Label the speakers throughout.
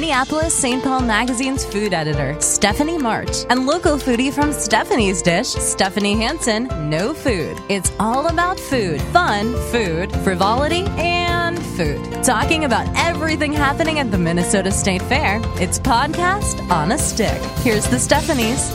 Speaker 1: Minneapolis St. Paul Magazine's food editor, Stephanie March, and local foodie from Stephanie's Dish, Stephanie Hansen, No Food. It's all about food, fun, food, frivolity, and food. Talking about everything happening at the Minnesota State Fair, it's podcast on a stick. Here's the Stephanies.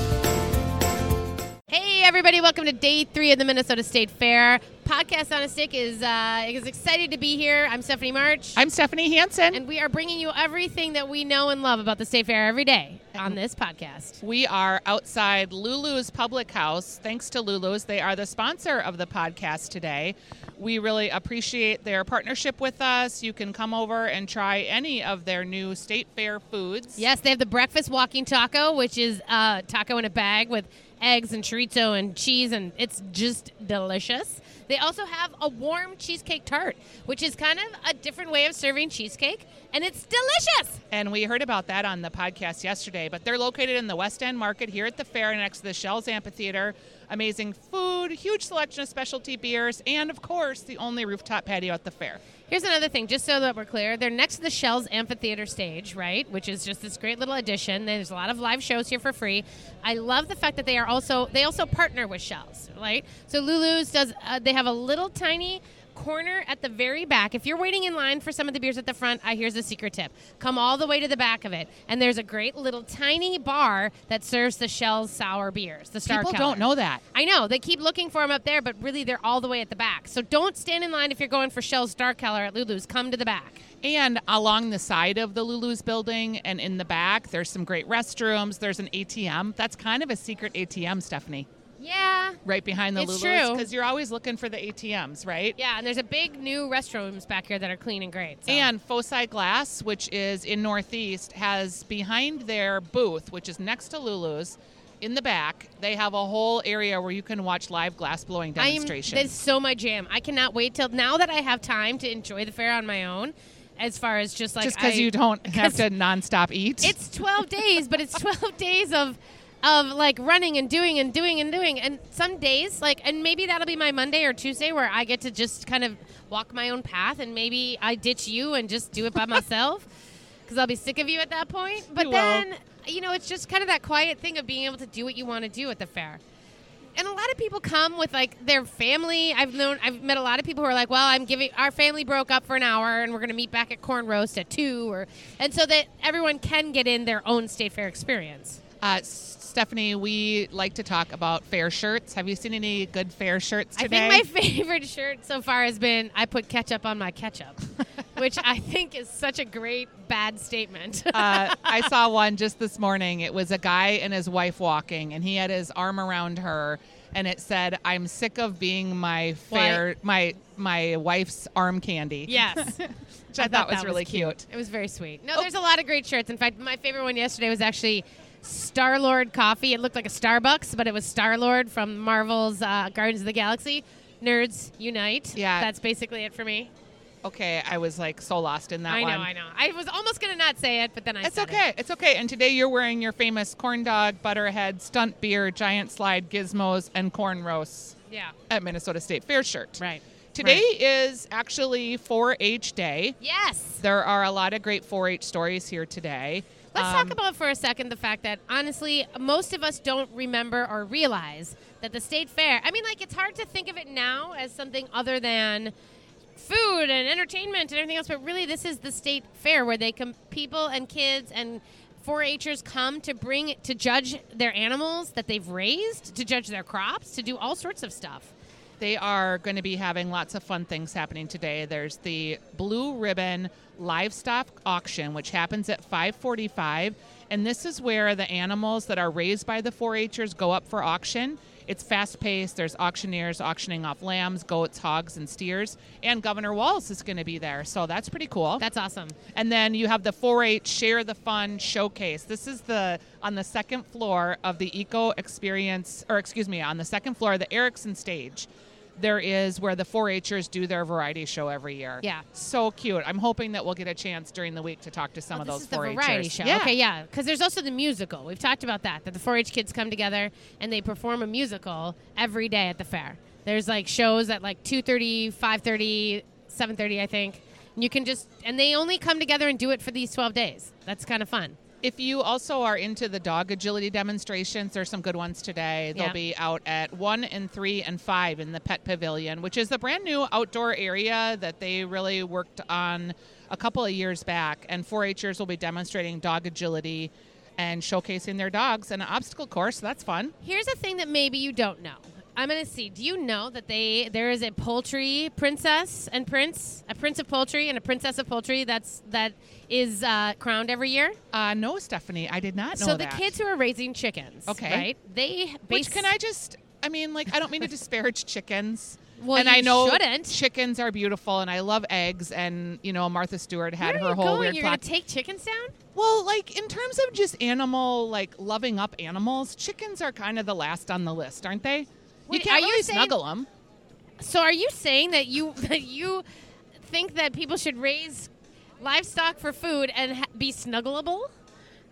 Speaker 2: Hey, everybody, welcome to day three of the Minnesota State Fair. Podcast on a Stick is, uh, is excited to be here. I'm Stephanie March.
Speaker 3: I'm Stephanie Hansen.
Speaker 2: and we are bringing you everything that we know and love about the State Fair every day on this podcast.
Speaker 3: we are outside Lulu's Public House. Thanks to Lulu's, they are the sponsor of the podcast today. We really appreciate their partnership with us. You can come over and try any of their new state fair foods.
Speaker 2: Yes, they have the breakfast walking taco, which is uh, taco in a bag with eggs and chorizo and cheese, and it's just delicious. They also have a warm cheesecake tart, which is kind of a different way of serving cheesecake, and it's delicious.
Speaker 3: And we heard about that on the podcast yesterday, but they're located in the West End Market here at the fair next to the Shells Amphitheater. Amazing food, huge selection of specialty beers, and of course, the only rooftop patio at the fair.
Speaker 2: Here's another thing, just so that we're clear. They're next to the Shells Amphitheater stage, right? Which is just this great little addition. There's a lot of live shows here for free. I love the fact that they are also they also partner with Shells, right? So Lulu's does uh, they have a little tiny corner at the very back. If you're waiting in line for some of the beers at the front, I here's a secret tip. Come all the way to the back of it, and there's a great little tiny bar that serves the Shells sour beers, the Star
Speaker 3: People
Speaker 2: Keller.
Speaker 3: don't know that.
Speaker 2: I know they keep looking for them up there, but really they're all the way at the back. So don't stand in line if you're going for Shell's Star Keller at Lulu's. Come to the back.
Speaker 3: And along the side of the Lulu's building and in the back, there's some great restrooms. There's an ATM. That's kind of a secret ATM, Stephanie,
Speaker 2: Yeah,
Speaker 3: right behind the
Speaker 2: It's
Speaker 3: Lulu's.
Speaker 2: true.
Speaker 3: Because you're always looking for the ATMs, right?
Speaker 2: yeah. And there's a big new restrooms back here that are clean and great. so-
Speaker 3: And Foci Glass, which is in Northeast, has behind their booth, which is next to Lulu's, in the back, they have a whole area where you can watch live glass blowing
Speaker 2: I am.
Speaker 3: demonstrations.
Speaker 2: That's so my jam. I cannot wait till now that I have time to enjoy the fair on my own. As far as just like
Speaker 3: just because
Speaker 2: I-
Speaker 3: you don't have
Speaker 2: 'cause
Speaker 3: to nonstop eat.
Speaker 2: It's 12 days, but it's 12 days of of like running and doing and doing and doing and some days like and maybe that'll be my Monday or Tuesday where I get to just kind of walk my own path and maybe I ditch you and just do it by myself cuz I'll be sick of you at that point. But
Speaker 3: You will.
Speaker 2: then you know it's just kind of that quiet thing of being able to do what you want to do at the fair. And a lot of people come with like their family. I've known, I've met a lot of people who are like, "Well, I'm giving our family broke up for an hour, and we're going to meet back at corn roast at two, or and so that everyone can get in their own state fair experience.
Speaker 3: Uh, S- Stephanie, we like to talk about fair shirts. Have you seen any good fair shirts today?
Speaker 2: I think my favorite shirt so far has been I put ketchup on my ketchup, which I think is such a great bad statement.
Speaker 3: uh, I saw one just this morning. It was a guy and his wife walking, and he had his arm around her, and it said, "I'm sick of being my fair my my wife's arm candy."
Speaker 2: yes.
Speaker 3: which I, thought, was really cute.
Speaker 2: It was very sweet.
Speaker 3: Oh.
Speaker 2: No, there's a lot of great shirts. In fact, my favorite one yesterday was actually Star Lord coffee. It looked like a Starbucks, but it was Star Lord from Marvel's uh, Guardians of the Galaxy. Nerds unite!
Speaker 3: Yeah.
Speaker 2: that's basically it for me.
Speaker 3: Okay, I was like so lost in that
Speaker 2: I know,
Speaker 3: one.
Speaker 2: I know. I was almost gonna not say it, but then I.
Speaker 3: It's
Speaker 2: said it.
Speaker 3: okay. It's okay. And today you're wearing your famous corn dog, butterhead, stunt beer, giant slide, gizmos, and corn roasts
Speaker 2: Yeah.
Speaker 3: at Minnesota State Fair shirt.
Speaker 2: Right.
Speaker 3: Today
Speaker 2: Right.
Speaker 3: is actually 4-H day.
Speaker 2: Yes.
Speaker 3: There are a lot of great 4-H stories here today.
Speaker 2: Let's
Speaker 3: Um,
Speaker 2: talk about for a second the fact that honestly, most of us don't remember or realize that the state fair. I mean, like it's hard to think of it now as something other than food and entertainment and everything else, but really, this is the state fair where they come people and kids and 4-Hers come to bring to judge their animals that they've raised, to judge their crops, to do all sorts of stuff.
Speaker 3: They are going to be having lots of fun things happening today. There's the Blue Ribbon Livestock Auction, which happens at 5:45, and this is where the animals that are raised by the 4-Hers go up for auction. It's fast-paced. There's auctioneers auctioning off lambs, goats, hogs, and steers. And Governor Walz is going to be there, so that's pretty cool.
Speaker 2: That's awesome.
Speaker 3: And then you have the 4-H Share the Fun Showcase. This is the on the second floor of the Eco Experience, or excuse me, on the second floor of the Erickson stage. There is where the 4-Hers do their variety show every year.
Speaker 2: Yeah.
Speaker 3: so cute. I'm hoping that we'll get a chance during the week to talk to some
Speaker 2: Oh,
Speaker 3: of
Speaker 2: this
Speaker 3: those
Speaker 2: is the
Speaker 3: 4-Hers.
Speaker 2: variety show.
Speaker 3: Yeah.
Speaker 2: Okay, yeah, because there's also the musical. We've talked about that. That the 4-H kids come together and they perform a musical every day at the fair. There's like shows at like 2:30, 5:30, 7:30, I think, You can just and they only come together and do it for these 12 days. That's kind of fun.
Speaker 3: If you also are into the dog agility demonstrations, there's some good ones today. They'll
Speaker 2: Yeah.
Speaker 3: be out at 1 and 3 and 5 in the Pet Pavilion, which is the brand new outdoor area that they really worked on a couple of years back. And 4 Hers will be demonstrating dog agility and showcasing their dogs in an obstacle course. So that's fun.
Speaker 2: Here's a thing that maybe you don't know. I'm gonna see. Do you know that they there is a poultry princess and prince, a prince of poultry and a princess of poultry that's that is uh, crowned every year.
Speaker 3: Uh, no, Stephanie, I did not know
Speaker 2: so the
Speaker 3: that.
Speaker 2: kids who are raising chickens,
Speaker 3: Okay.
Speaker 2: right? They
Speaker 3: Which
Speaker 2: base-
Speaker 3: can I just? I mean, like, I don't mean to disparage chickens.
Speaker 2: Well,
Speaker 3: and
Speaker 2: you
Speaker 3: I know
Speaker 2: shouldn't.
Speaker 3: chickens are beautiful, and I love eggs. And you know, Martha Stewart
Speaker 2: Where
Speaker 3: had
Speaker 2: are
Speaker 3: her
Speaker 2: you
Speaker 3: whole
Speaker 2: going?
Speaker 3: weird
Speaker 2: You're
Speaker 3: flock.
Speaker 2: gonna take chickens down?
Speaker 3: well, like in terms of just animal, like loving up animals, chickens are kind of the last on the list, aren't they?
Speaker 2: Wait,
Speaker 3: you can't
Speaker 2: are you
Speaker 3: really
Speaker 2: saying-
Speaker 3: snuggle them.
Speaker 2: So are you saying that you that you think that people should raise livestock for food and ha- be snuggleable?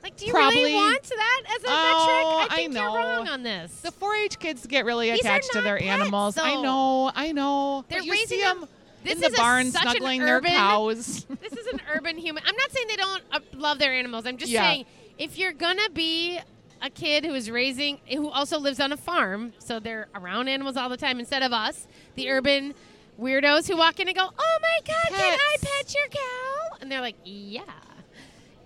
Speaker 2: Like, do you really
Speaker 3: Probably.
Speaker 2: want that as a metric?
Speaker 3: Oh,
Speaker 2: I
Speaker 3: I
Speaker 2: think
Speaker 3: know.
Speaker 2: you're wrong on this.
Speaker 3: The 4-H kids get really
Speaker 2: These are
Speaker 3: attached to
Speaker 2: not
Speaker 3: their
Speaker 2: pets,
Speaker 3: animals. I
Speaker 2: though.
Speaker 3: know, I know.
Speaker 2: They're
Speaker 3: but you
Speaker 2: raising
Speaker 3: see
Speaker 2: them-
Speaker 3: 'em
Speaker 2: This
Speaker 3: in the
Speaker 2: is a-
Speaker 3: barn
Speaker 2: such an
Speaker 3: snuggling
Speaker 2: urban-
Speaker 3: their cows.
Speaker 2: this is an urban human. I'm not saying they don't uh, love their animals. I'm just
Speaker 3: Yeah.
Speaker 2: saying if you're gonna be a kid who is raising, who also lives on a farm, so they're around animals all the time instead of us, the urban weirdos who walk in and go, "Oh my god, can I
Speaker 3: Pets.
Speaker 2: pet your cow?" And they're like, "Yeah."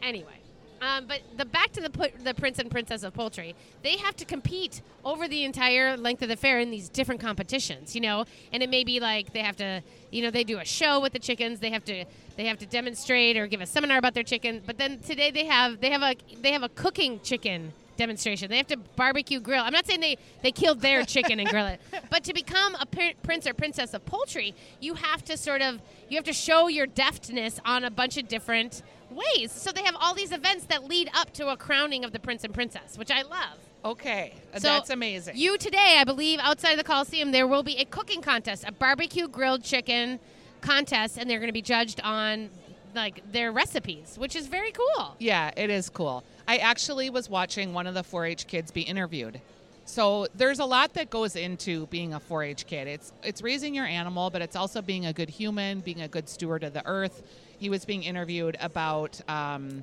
Speaker 2: Anyway. Um, but the back to the put, the prince and princess of poultry, they have to compete over the entire length of the fair in these different competitions, you know. And it may be like they have to, you know, they do a show with the chickens. They have to they have to demonstrate or give a seminar about their chicken. But then today they have they have a they have a cooking chicken demonstration. They have to barbecue grill. I'm not saying they they killed their chicken and grill it, but to become a pr- prince or princess of poultry, you have to sort of you have to show your deftness on a bunch of different ways. So they have all these events that lead up to a crowning of the prince and princess, which I love.
Speaker 3: okay,
Speaker 2: So
Speaker 3: that's amazing.
Speaker 2: You today, I believe, outside the Coliseum, there will be a cooking contest, a barbecue grilled chicken contest, and they're going to be judged on like their recipes, which is very cool.
Speaker 3: Yeah, it is cool. I actually was watching one of the 4 H kids be interviewed. So there's a lot that goes into being a 4 H kid. It's it's raising your animal, but it's also being a good human, being a good steward of the earth. He was being interviewed about um,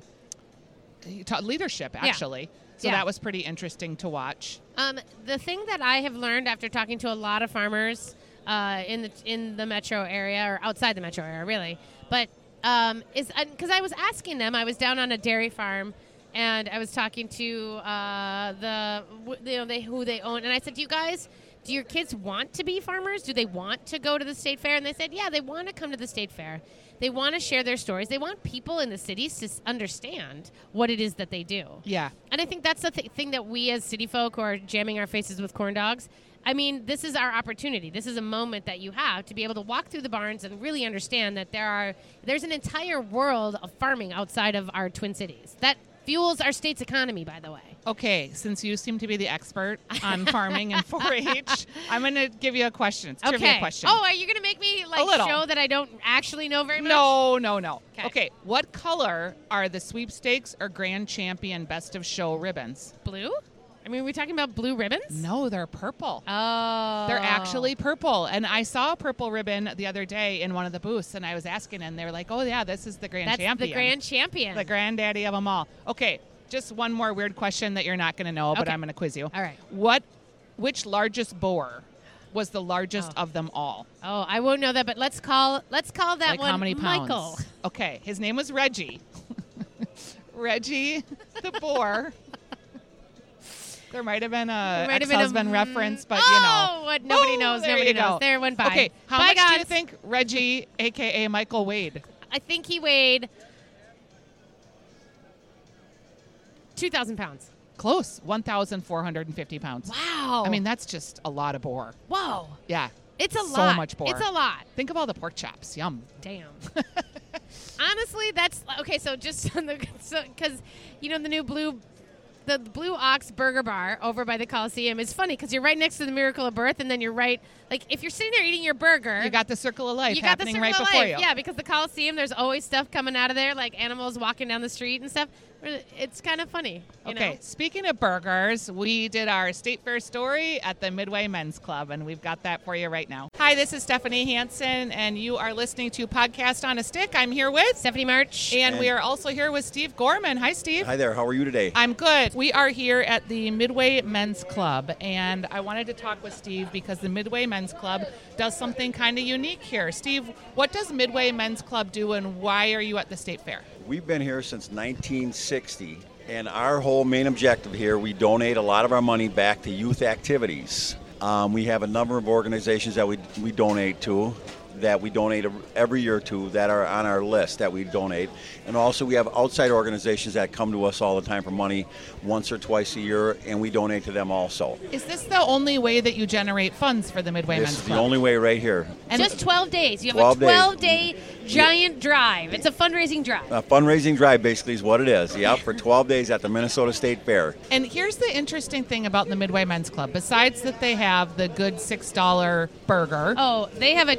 Speaker 3: he taught leadership, actually. So
Speaker 2: Yeah.
Speaker 3: that was pretty interesting to watch.
Speaker 2: Um, the thing that I have learned after talking to a lot of farmers uh, in the in the metro area or outside the metro area, really, but um, is because I was asking them, I was down on a dairy farm, and I was talking to uh, the w- you know they who they own, and I said, "Do you guys?" Do your kids want to be farmers? Do they want to go to the state fair? And they said, yeah, they want to come to the state fair. They want to share their stories. They want people in the cities to s- understand what it is that they do.
Speaker 3: Yeah.
Speaker 2: And I think that's the th- thing that we as city folk who are jamming our faces with corn dogs. I mean, this is our opportunity. This is a moment that you have to be able to walk through the barns and really understand that there are there's an entire world of farming outside of our Twin Cities that fuels our state's economy. By the way,
Speaker 3: Okay, since you seem to be the expert on farming and 4 H, I'm going to give you a question. It's a trivia
Speaker 2: okay.
Speaker 3: question.
Speaker 2: Oh, are you going to make me like
Speaker 3: little.
Speaker 2: show that I don't actually know very much?
Speaker 3: No, no, no.
Speaker 2: 'Kay.
Speaker 3: Okay, what color are the sweepstakes or grand champion best of show ribbons?
Speaker 2: blue. I mean, are we talking about blue ribbons?
Speaker 3: No, they're purple.
Speaker 2: Oh,
Speaker 3: They're actually purple. And I saw a purple ribbon the other day in one of the booths, and I was asking, and they were like, oh, yeah, this is the grand
Speaker 2: that's
Speaker 3: champion.
Speaker 2: the grand champion.
Speaker 3: the granddaddy of them all. Okay, just one more weird question that you're not going to know, but
Speaker 2: Okay.
Speaker 3: I'm going to quiz you.
Speaker 2: All right.
Speaker 3: What, which largest boar was the largest
Speaker 2: Oh.
Speaker 3: of them all?
Speaker 2: oh, I won't know that, but let's call let's call that
Speaker 3: like
Speaker 2: one
Speaker 3: how many pounds?
Speaker 2: Michael.
Speaker 3: Okay, his name was Reggie. Reggie the boar. there might have been a
Speaker 2: There might have been a-
Speaker 3: ex-husband reference, but you
Speaker 2: oh,
Speaker 3: know.
Speaker 2: what nobody
Speaker 3: Boom,
Speaker 2: knows.
Speaker 3: there
Speaker 2: Nobody
Speaker 3: you go.
Speaker 2: knows. There went by.
Speaker 3: Okay, how
Speaker 2: Bye,
Speaker 3: much do you
Speaker 2: guys.
Speaker 3: think Reggie, aka Michael Wade?
Speaker 2: I think he weighed two thousand pounds.
Speaker 3: Close, one thousand four hundred and fifty pounds.
Speaker 2: Wow.
Speaker 3: I mean, that's just a lot of boar.
Speaker 2: whoa,
Speaker 3: Yeah.
Speaker 2: it's a
Speaker 3: so
Speaker 2: lot.
Speaker 3: much boar.
Speaker 2: It's a lot.
Speaker 3: Think of all the pork chops. Yum.
Speaker 2: Damn. Honestly, that's okay. So just on the so because you know the new blue. The Blue Ox Burger Bar over by the Coliseum is funny because you're right next to the Miracle of Birth, and then you're right, like if you're sitting there eating your burger,
Speaker 3: You got the circle of life
Speaker 2: you got the
Speaker 3: happening
Speaker 2: circle
Speaker 3: right
Speaker 2: of
Speaker 3: before
Speaker 2: life.
Speaker 3: you.
Speaker 2: Yeah, because the Coliseum, there's always stuff coming out of there, like animals walking down the street and stuff. It's kind of funny. You
Speaker 3: Okay,
Speaker 2: Know?
Speaker 3: speaking of burgers, we did our State Fair story at the Midway Men's Club, and we've got that for you right now. Hi, this is Stephanie Hansen, and you are listening to Podcast on a Stick. I'm here with,
Speaker 2: Stephanie March.
Speaker 3: and we are also here with Steve Gorman. Hi, Steve.
Speaker 4: Hi there. How are you today?
Speaker 3: I'm good. We are here at the Midway Men's Club, and I wanted to talk with Steve because the Midway Men's Club does something kind of unique here. Steve, what does Midway Men's Club do, and why are you at the State Fair?
Speaker 4: We've been here since 1960, and our whole main objective here, we donate a lot of our money back to youth activities. Um, we have a number of organizations that we, we donate to, that we donate every year to, that are on our list that we donate. And also, we have outside organizations that come to us all the time for money once or twice a year, and we donate to them also.
Speaker 3: Is this the only way that you generate funds for the Midway
Speaker 4: This
Speaker 3: Men's
Speaker 4: is the
Speaker 3: Club?
Speaker 4: only way right here.
Speaker 3: And-
Speaker 2: just 12 days. You have
Speaker 4: 12
Speaker 2: a
Speaker 4: days.
Speaker 2: 12 day giant drive. It's a fundraising drive.
Speaker 4: A fundraising drive basically is what it is. Yep, for 12 days at the Minnesota State Fair.
Speaker 3: And here's the interesting thing about the Midway Men's Club. Besides that they have the good $6 burger.
Speaker 2: Oh, they have a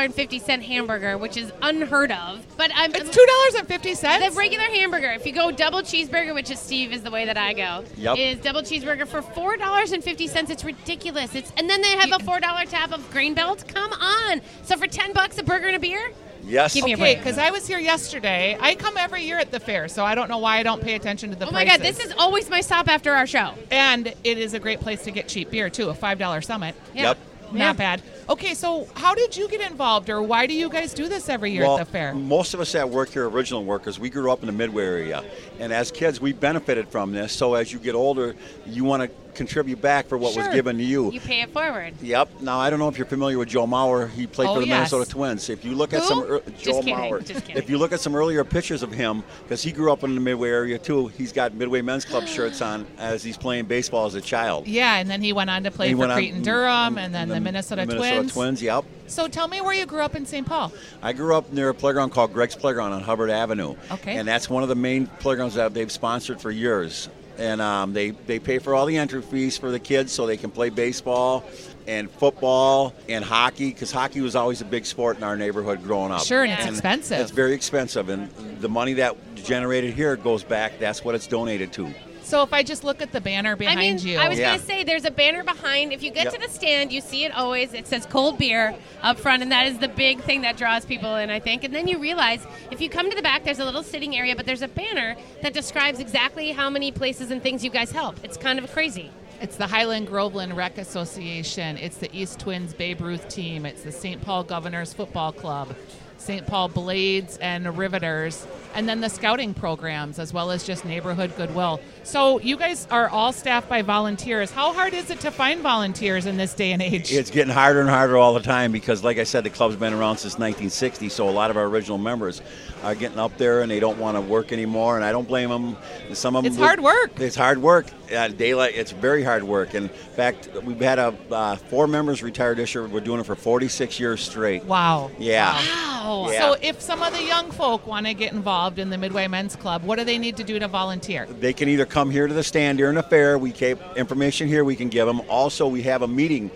Speaker 2: $2.50 hamburger, which is unheard of. But I'm
Speaker 3: It's $2.50.
Speaker 2: the regular hamburger. If you go double cheeseburger, which is Steve is the way that I go,
Speaker 4: Yep.
Speaker 2: is double cheeseburger for four dollars and fifty cents. It's ridiculous. It's and then they have a four dollar tab of grain belt. Come on! So for ten bucks, a burger and a beer.
Speaker 4: Yes.
Speaker 2: Give me a
Speaker 3: Okay,
Speaker 2: break.
Speaker 3: because I was here yesterday. I come every year at the fair, so I don't know why I don't pay attention to the
Speaker 2: Oh my
Speaker 3: prices.
Speaker 2: god, this is always my stop after our show.
Speaker 3: And it is a great place to get cheap beer, too. A $5 summit.
Speaker 2: Yeah.
Speaker 4: Yep.
Speaker 3: Not
Speaker 2: Yeah.
Speaker 3: bad. Okay, so how did you get involved, or why do you guys do this every year
Speaker 4: well, mm.
Speaker 3: at the fair?
Speaker 4: Most of us that work here, original workers, we grew up in the Midway area. And as kids, we benefited from this. So as you get older, you want to contribute back for what
Speaker 3: Sure.
Speaker 4: was given to you.
Speaker 2: You pay it forward.
Speaker 4: Yep. Now, I don't know if you're familiar with Joe Mauer. He played
Speaker 3: Oh,
Speaker 4: for the
Speaker 3: yes.
Speaker 4: Minnesota Twins. If you look at
Speaker 2: Who?
Speaker 4: some ear-
Speaker 2: Just
Speaker 4: Joe
Speaker 2: kidding,
Speaker 4: Mauer,
Speaker 2: just kidding.
Speaker 4: if you look at some earlier pictures of him, because he grew up in the Midway area too, he's got Midway Men's Club shirts on as he's playing baseball as a child.
Speaker 3: Yeah, and then he went on to play
Speaker 4: He
Speaker 3: for
Speaker 4: went on-
Speaker 3: Creighton Durham and then the, Minnesota,
Speaker 4: Minnesota
Speaker 3: Twins.
Speaker 4: Twins, yep.
Speaker 3: So tell me where you grew up in St. Paul.
Speaker 4: I grew up near a playground called Greg's Playground on Hubbard Avenue.
Speaker 3: Okay.
Speaker 4: And that's one of the main playgrounds that they've sponsored for years. And um, they, they pay for all the entry fees for the kids so they can play baseball and football and hockey because hockey was always a big sport in our neighborhood growing up.
Speaker 3: Sure, and
Speaker 2: Yeah.
Speaker 3: it's
Speaker 2: And
Speaker 3: expensive.
Speaker 4: It's very expensive. And the money that generated here goes back, that's what it's donated to.
Speaker 3: so if I just look at the banner behind
Speaker 2: I mean,
Speaker 3: you,
Speaker 2: I was
Speaker 4: Yeah.
Speaker 2: gonna say there's a banner behind. If you get
Speaker 4: Yep.
Speaker 2: to the stand, you see it always. It says cold beer up front, and that is the big thing that draws people in, I think. And then you realize if you come to the back, there's a little sitting area, but there's a banner that describes exactly how many places and things you guys help. It's kind of crazy.
Speaker 3: It's the Highland Groveland Rec Association. It's the East Twins Babe Ruth team. It's the St. Paul Governors Football Club, St. Paul Blades and Riveters, and then the scouting programs, as well as just neighborhood goodwill. So you guys are all staffed by volunteers. How hard is it to find volunteers in this day and age?
Speaker 4: It's getting harder and harder all the time because, like I said, the club's been around since 1960. So a lot of our original members are getting up there and they don't want to work anymore. And I don't blame them. Some of them
Speaker 3: It's hard work.
Speaker 4: It's hard work. At daylight, it's very hard work. And in fact, we've had a, uh, four members retired this year. We're doing it for 46 years straight.
Speaker 3: wow.
Speaker 4: Yeah.
Speaker 2: Wow.
Speaker 4: Yeah.
Speaker 3: So if some of the young folk want to get involved in the Midway Men's Club, what do they need to do to volunteer?
Speaker 4: They can either come here to the stand during the fair. We keep information here. We can give them. Also, we have a meeting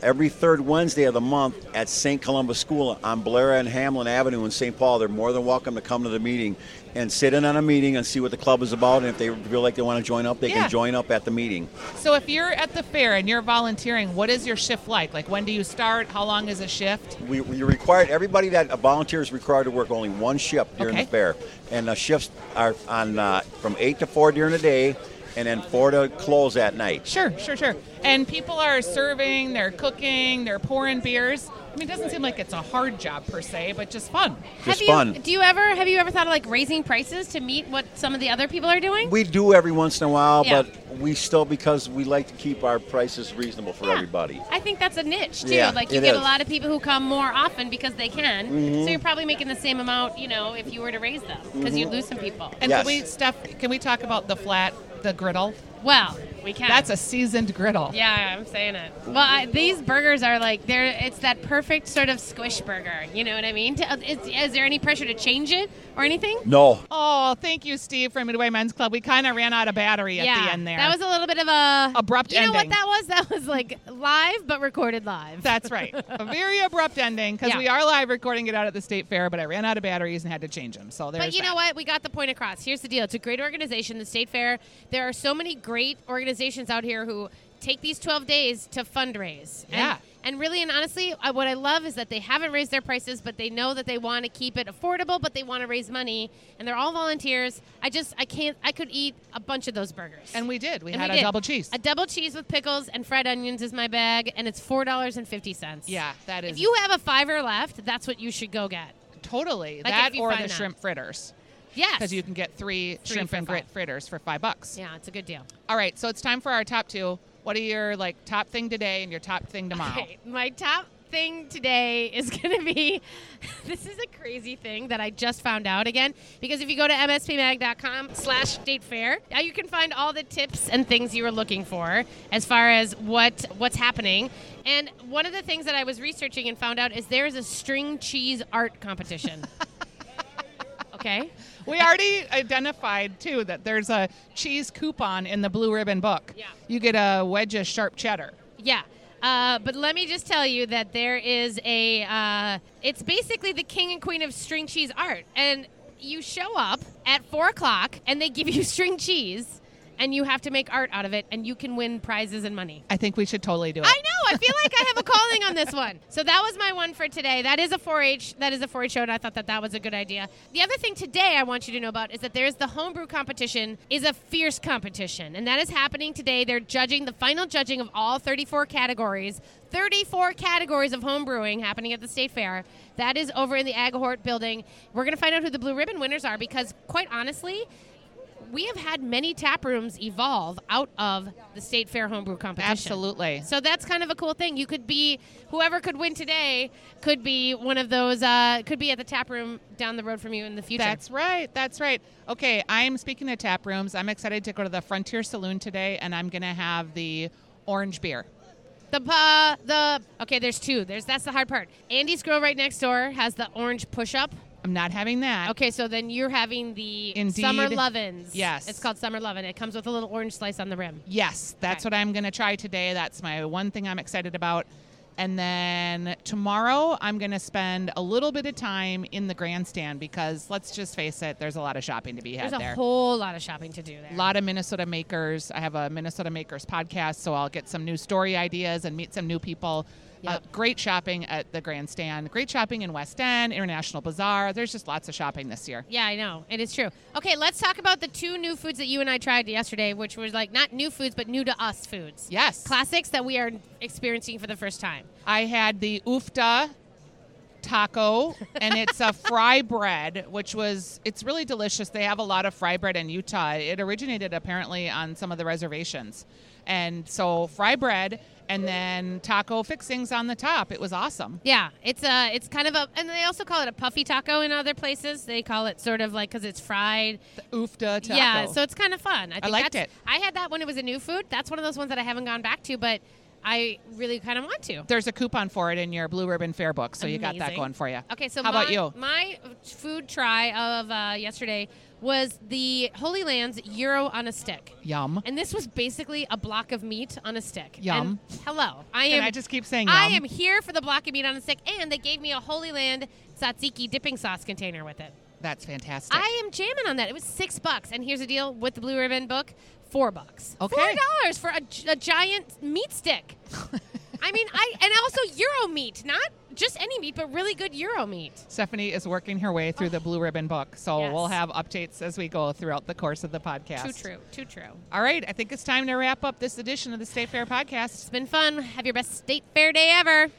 Speaker 4: every third Wednesday of the month at St. Columbus School on Blair and Hamlin Avenue in St. Paul. They're more than welcome to come to the meeting and sit in on a meeting and see what the club is about. And if they feel like they want to join up, they
Speaker 3: Yeah.
Speaker 4: can join up at the meeting.
Speaker 3: So if you're at the fair and you're volunteering, what is your shift like? Like when do you start? How long is a shift?
Speaker 4: We, we required everybody that a volunteer is required to work only one shift during
Speaker 3: Okay.
Speaker 4: the fair, and the shifts are on uh, from eight to four during the day, and then four to close at night.
Speaker 3: Sure, sure, sure. And people are serving, they're cooking, they're pouring beers. I mean, it doesn't seem like it's a hard job per se, but just fun.
Speaker 4: Just
Speaker 2: have you,
Speaker 4: fun.
Speaker 2: Do you ever have you ever thought of like raising prices to meet what some of the other people are doing?
Speaker 4: We do every once in a while,
Speaker 2: Yeah.
Speaker 4: but we still because we like to keep our prices reasonable for
Speaker 2: Yeah.
Speaker 4: everybody.
Speaker 2: I think that's a niche too.
Speaker 4: Yeah,
Speaker 2: like you
Speaker 4: it
Speaker 2: get a
Speaker 4: is. Mm-hmm.
Speaker 2: lot of people who come more often because they can. So you're probably making the same amount, you know, if you were to raise them because you'd
Speaker 4: Mm-hmm.
Speaker 2: lose some people.
Speaker 3: And
Speaker 4: Yes.
Speaker 3: can we Steph can we talk about the flat, the griddle?
Speaker 2: Well, we can.
Speaker 3: That's a seasoned griddle.
Speaker 2: yeah, I'm saying it. Well, I, these burgers are like they're. It's that perfect sort of squish burger. You know what I mean? To- uh, Is, is there any pressure to change it or anything?
Speaker 4: No,
Speaker 3: Oh, thank you, Steve, from Midway Men's Club. We kind of ran out of battery at the end there.
Speaker 2: That was a little bit of a
Speaker 3: Abrupt
Speaker 2: You know what
Speaker 3: ending.
Speaker 2: that was? That was like live but recorded live.
Speaker 3: That's right. A very abrupt ending because
Speaker 2: Yeah.
Speaker 3: we are live recording it out at the state fair, but I ran out of batteries and had to change them. So there's
Speaker 2: But you
Speaker 3: that.
Speaker 2: know what? We got the point across. Here's the deal. It's a great organization, the State Fair. There are so many great organizations out here who take these 12 days to fundraise. And-
Speaker 3: Yeah.
Speaker 2: And, And really and honestly, I, what I love is that they haven't raised their prices, but they know that they want to keep it affordable, but they want to raise money, and they're all volunteers. I just I can't I could eat a bunch of those burgers.
Speaker 3: And we did. We
Speaker 2: And
Speaker 3: had a
Speaker 2: did.
Speaker 3: double cheese.
Speaker 2: A double cheese with pickles and fried onions is my bag, and it's four dollars and fifty cents.
Speaker 3: yeah, that is
Speaker 2: If you have a fiver left, that's what you should go get.
Speaker 3: totally
Speaker 2: Like, if
Speaker 3: that
Speaker 2: you
Speaker 3: or
Speaker 2: find
Speaker 3: the
Speaker 2: that.
Speaker 3: shrimp fritters
Speaker 2: Yes.
Speaker 3: because you can get three,
Speaker 2: Three
Speaker 3: shrimp
Speaker 2: for
Speaker 3: and grit
Speaker 2: five.
Speaker 3: fritters for five bucks.
Speaker 2: Yeah, it's a good deal.
Speaker 3: All right, so it's time for our top two. What are your like top thing today and your top thing tomorrow?
Speaker 2: Okay, my top thing today is going to be this is a crazy thing that I just found out again because if you go to mspmag.com slash date fair, now you can find all the tips and things you were looking for as far as what what's happening. And one of the things that I was researching and found out is there is a string cheese art competition. okay?
Speaker 3: We already identified too that there's a cheese coupon in the blue ribbon book.
Speaker 2: Yeah.
Speaker 3: You get a wedge of sharp cheddar.
Speaker 2: Yeah. Uh, but let me just tell you that there is a. Uh, it's basically the king and queen of string cheese art, and you show up at four o'clock, and they give you string cheese, and you have to make art out of it, and you can win prizes and money.
Speaker 3: I think we should totally do it.
Speaker 2: I know. I feel like I have a calling on this one. So that was my one for today. That is a 4-H. That is a 4-H show, and I thought that that was a good idea. The other thing today I want you to know about is that there is the homebrew competition is a fierce competition, and that is happening today. They're judging the final judging of all 34 categories. 34 categories of homebrewing happening at the state fair. That is over in the Agahort building. We're going to find out who the blue ribbon winners are because, quite honestly, we have had many tap rooms evolve out of the state fair homebrew competition.
Speaker 3: Absolutely.
Speaker 2: So that's kind of a cool thing. You could be whoever could win today could be one of those. Uh, could be at the tap room down the road from you in the future.
Speaker 3: That's right. That's right. Okay, I'm speaking of tap rooms. I'm excited to go to the Frontier Saloon today, and I'm gonna have the orange beer.
Speaker 2: the uh, the okay. There's two. There's that's the hard part. Andy's grill right next door has the orange push up.
Speaker 3: I'm not having that.
Speaker 2: Okay, so then you're having the
Speaker 3: Indeed.
Speaker 2: summer lovins.
Speaker 3: Yes.
Speaker 2: it's called summer lovin. It comes with a little orange slice on the rim.
Speaker 3: Yes, that's
Speaker 2: Okay.
Speaker 3: what I'm going to try today. That's my one thing I'm excited about. And then tomorrow, I'm going to spend a little bit of time in the grandstand because let's just face it, there's a lot of shopping to be had
Speaker 2: There's a
Speaker 3: there.
Speaker 2: whole lot of shopping to do there.
Speaker 3: a lot of Minnesota makers. I have a Minnesota makers podcast, so I'll get some new story ideas and meet some new people. Uh,
Speaker 2: Yep.
Speaker 3: great shopping at the grandstand. Great shopping in West End, International Bazaar. There's just lots of shopping this year.
Speaker 2: Yeah, I know. It is true. Okay, let's talk about the two new foods that you and I tried yesterday, which was like not new foods, but new to us foods.
Speaker 3: Yes.
Speaker 2: Classics that we are experiencing for the first time.
Speaker 3: I had the ufta taco, and it's a fry bread, which was it's really delicious. They have a lot of fry bread in Utah. It originated apparently on some of the reservations, and so fry bread and then taco fixings on the top. It was awesome.
Speaker 2: Yeah, it's a, it's kind of a, and they also call it a puffy taco in other places. They call it sort of like because it's fried.
Speaker 3: Ufta taco.
Speaker 2: Yeah, so it's kind of fun. I, think
Speaker 3: liked
Speaker 2: that's-
Speaker 3: it.
Speaker 2: I had that when it was a new food. That's one of those ones that I haven't gone back to, but I really kind of want to.
Speaker 3: there's a coupon for it in your Blue Ribbon Fair book, so you got that
Speaker 2: Amazing.
Speaker 3: going for you.
Speaker 2: Okay, so
Speaker 3: how
Speaker 2: my,
Speaker 3: about you?
Speaker 2: My food try of uh, yesterday was the Holy Land's Euro on a stick.
Speaker 3: Yum.
Speaker 2: And this was basically a block of meat on a stick.
Speaker 3: Yum.
Speaker 2: And hello. I
Speaker 3: Can
Speaker 2: am
Speaker 3: I just keep saying
Speaker 2: I am
Speaker 3: yum?
Speaker 2: here for the block of meat on a stick and they gave me a Holy Land tzatziki dipping sauce container with it.
Speaker 3: That's fantastic.
Speaker 2: I am jamming on that. It was 6 bucks and here's the deal with the blue ribbon book, 4 bucks.
Speaker 3: Okay.
Speaker 2: 4 dollars for a, gi- a giant meat stick. I mean, I and also euro meat, not just any meat, but really good euro meat.
Speaker 3: Stephanie is working her way through the Blue Ribbon book, so
Speaker 2: Yes.
Speaker 3: we'll have updates as we go throughout the course of the podcast.
Speaker 2: Too true. Too true.
Speaker 3: All right, I think it's time to wrap up this edition of the State Fair podcast.
Speaker 2: It's been fun. Have your best state fair day ever.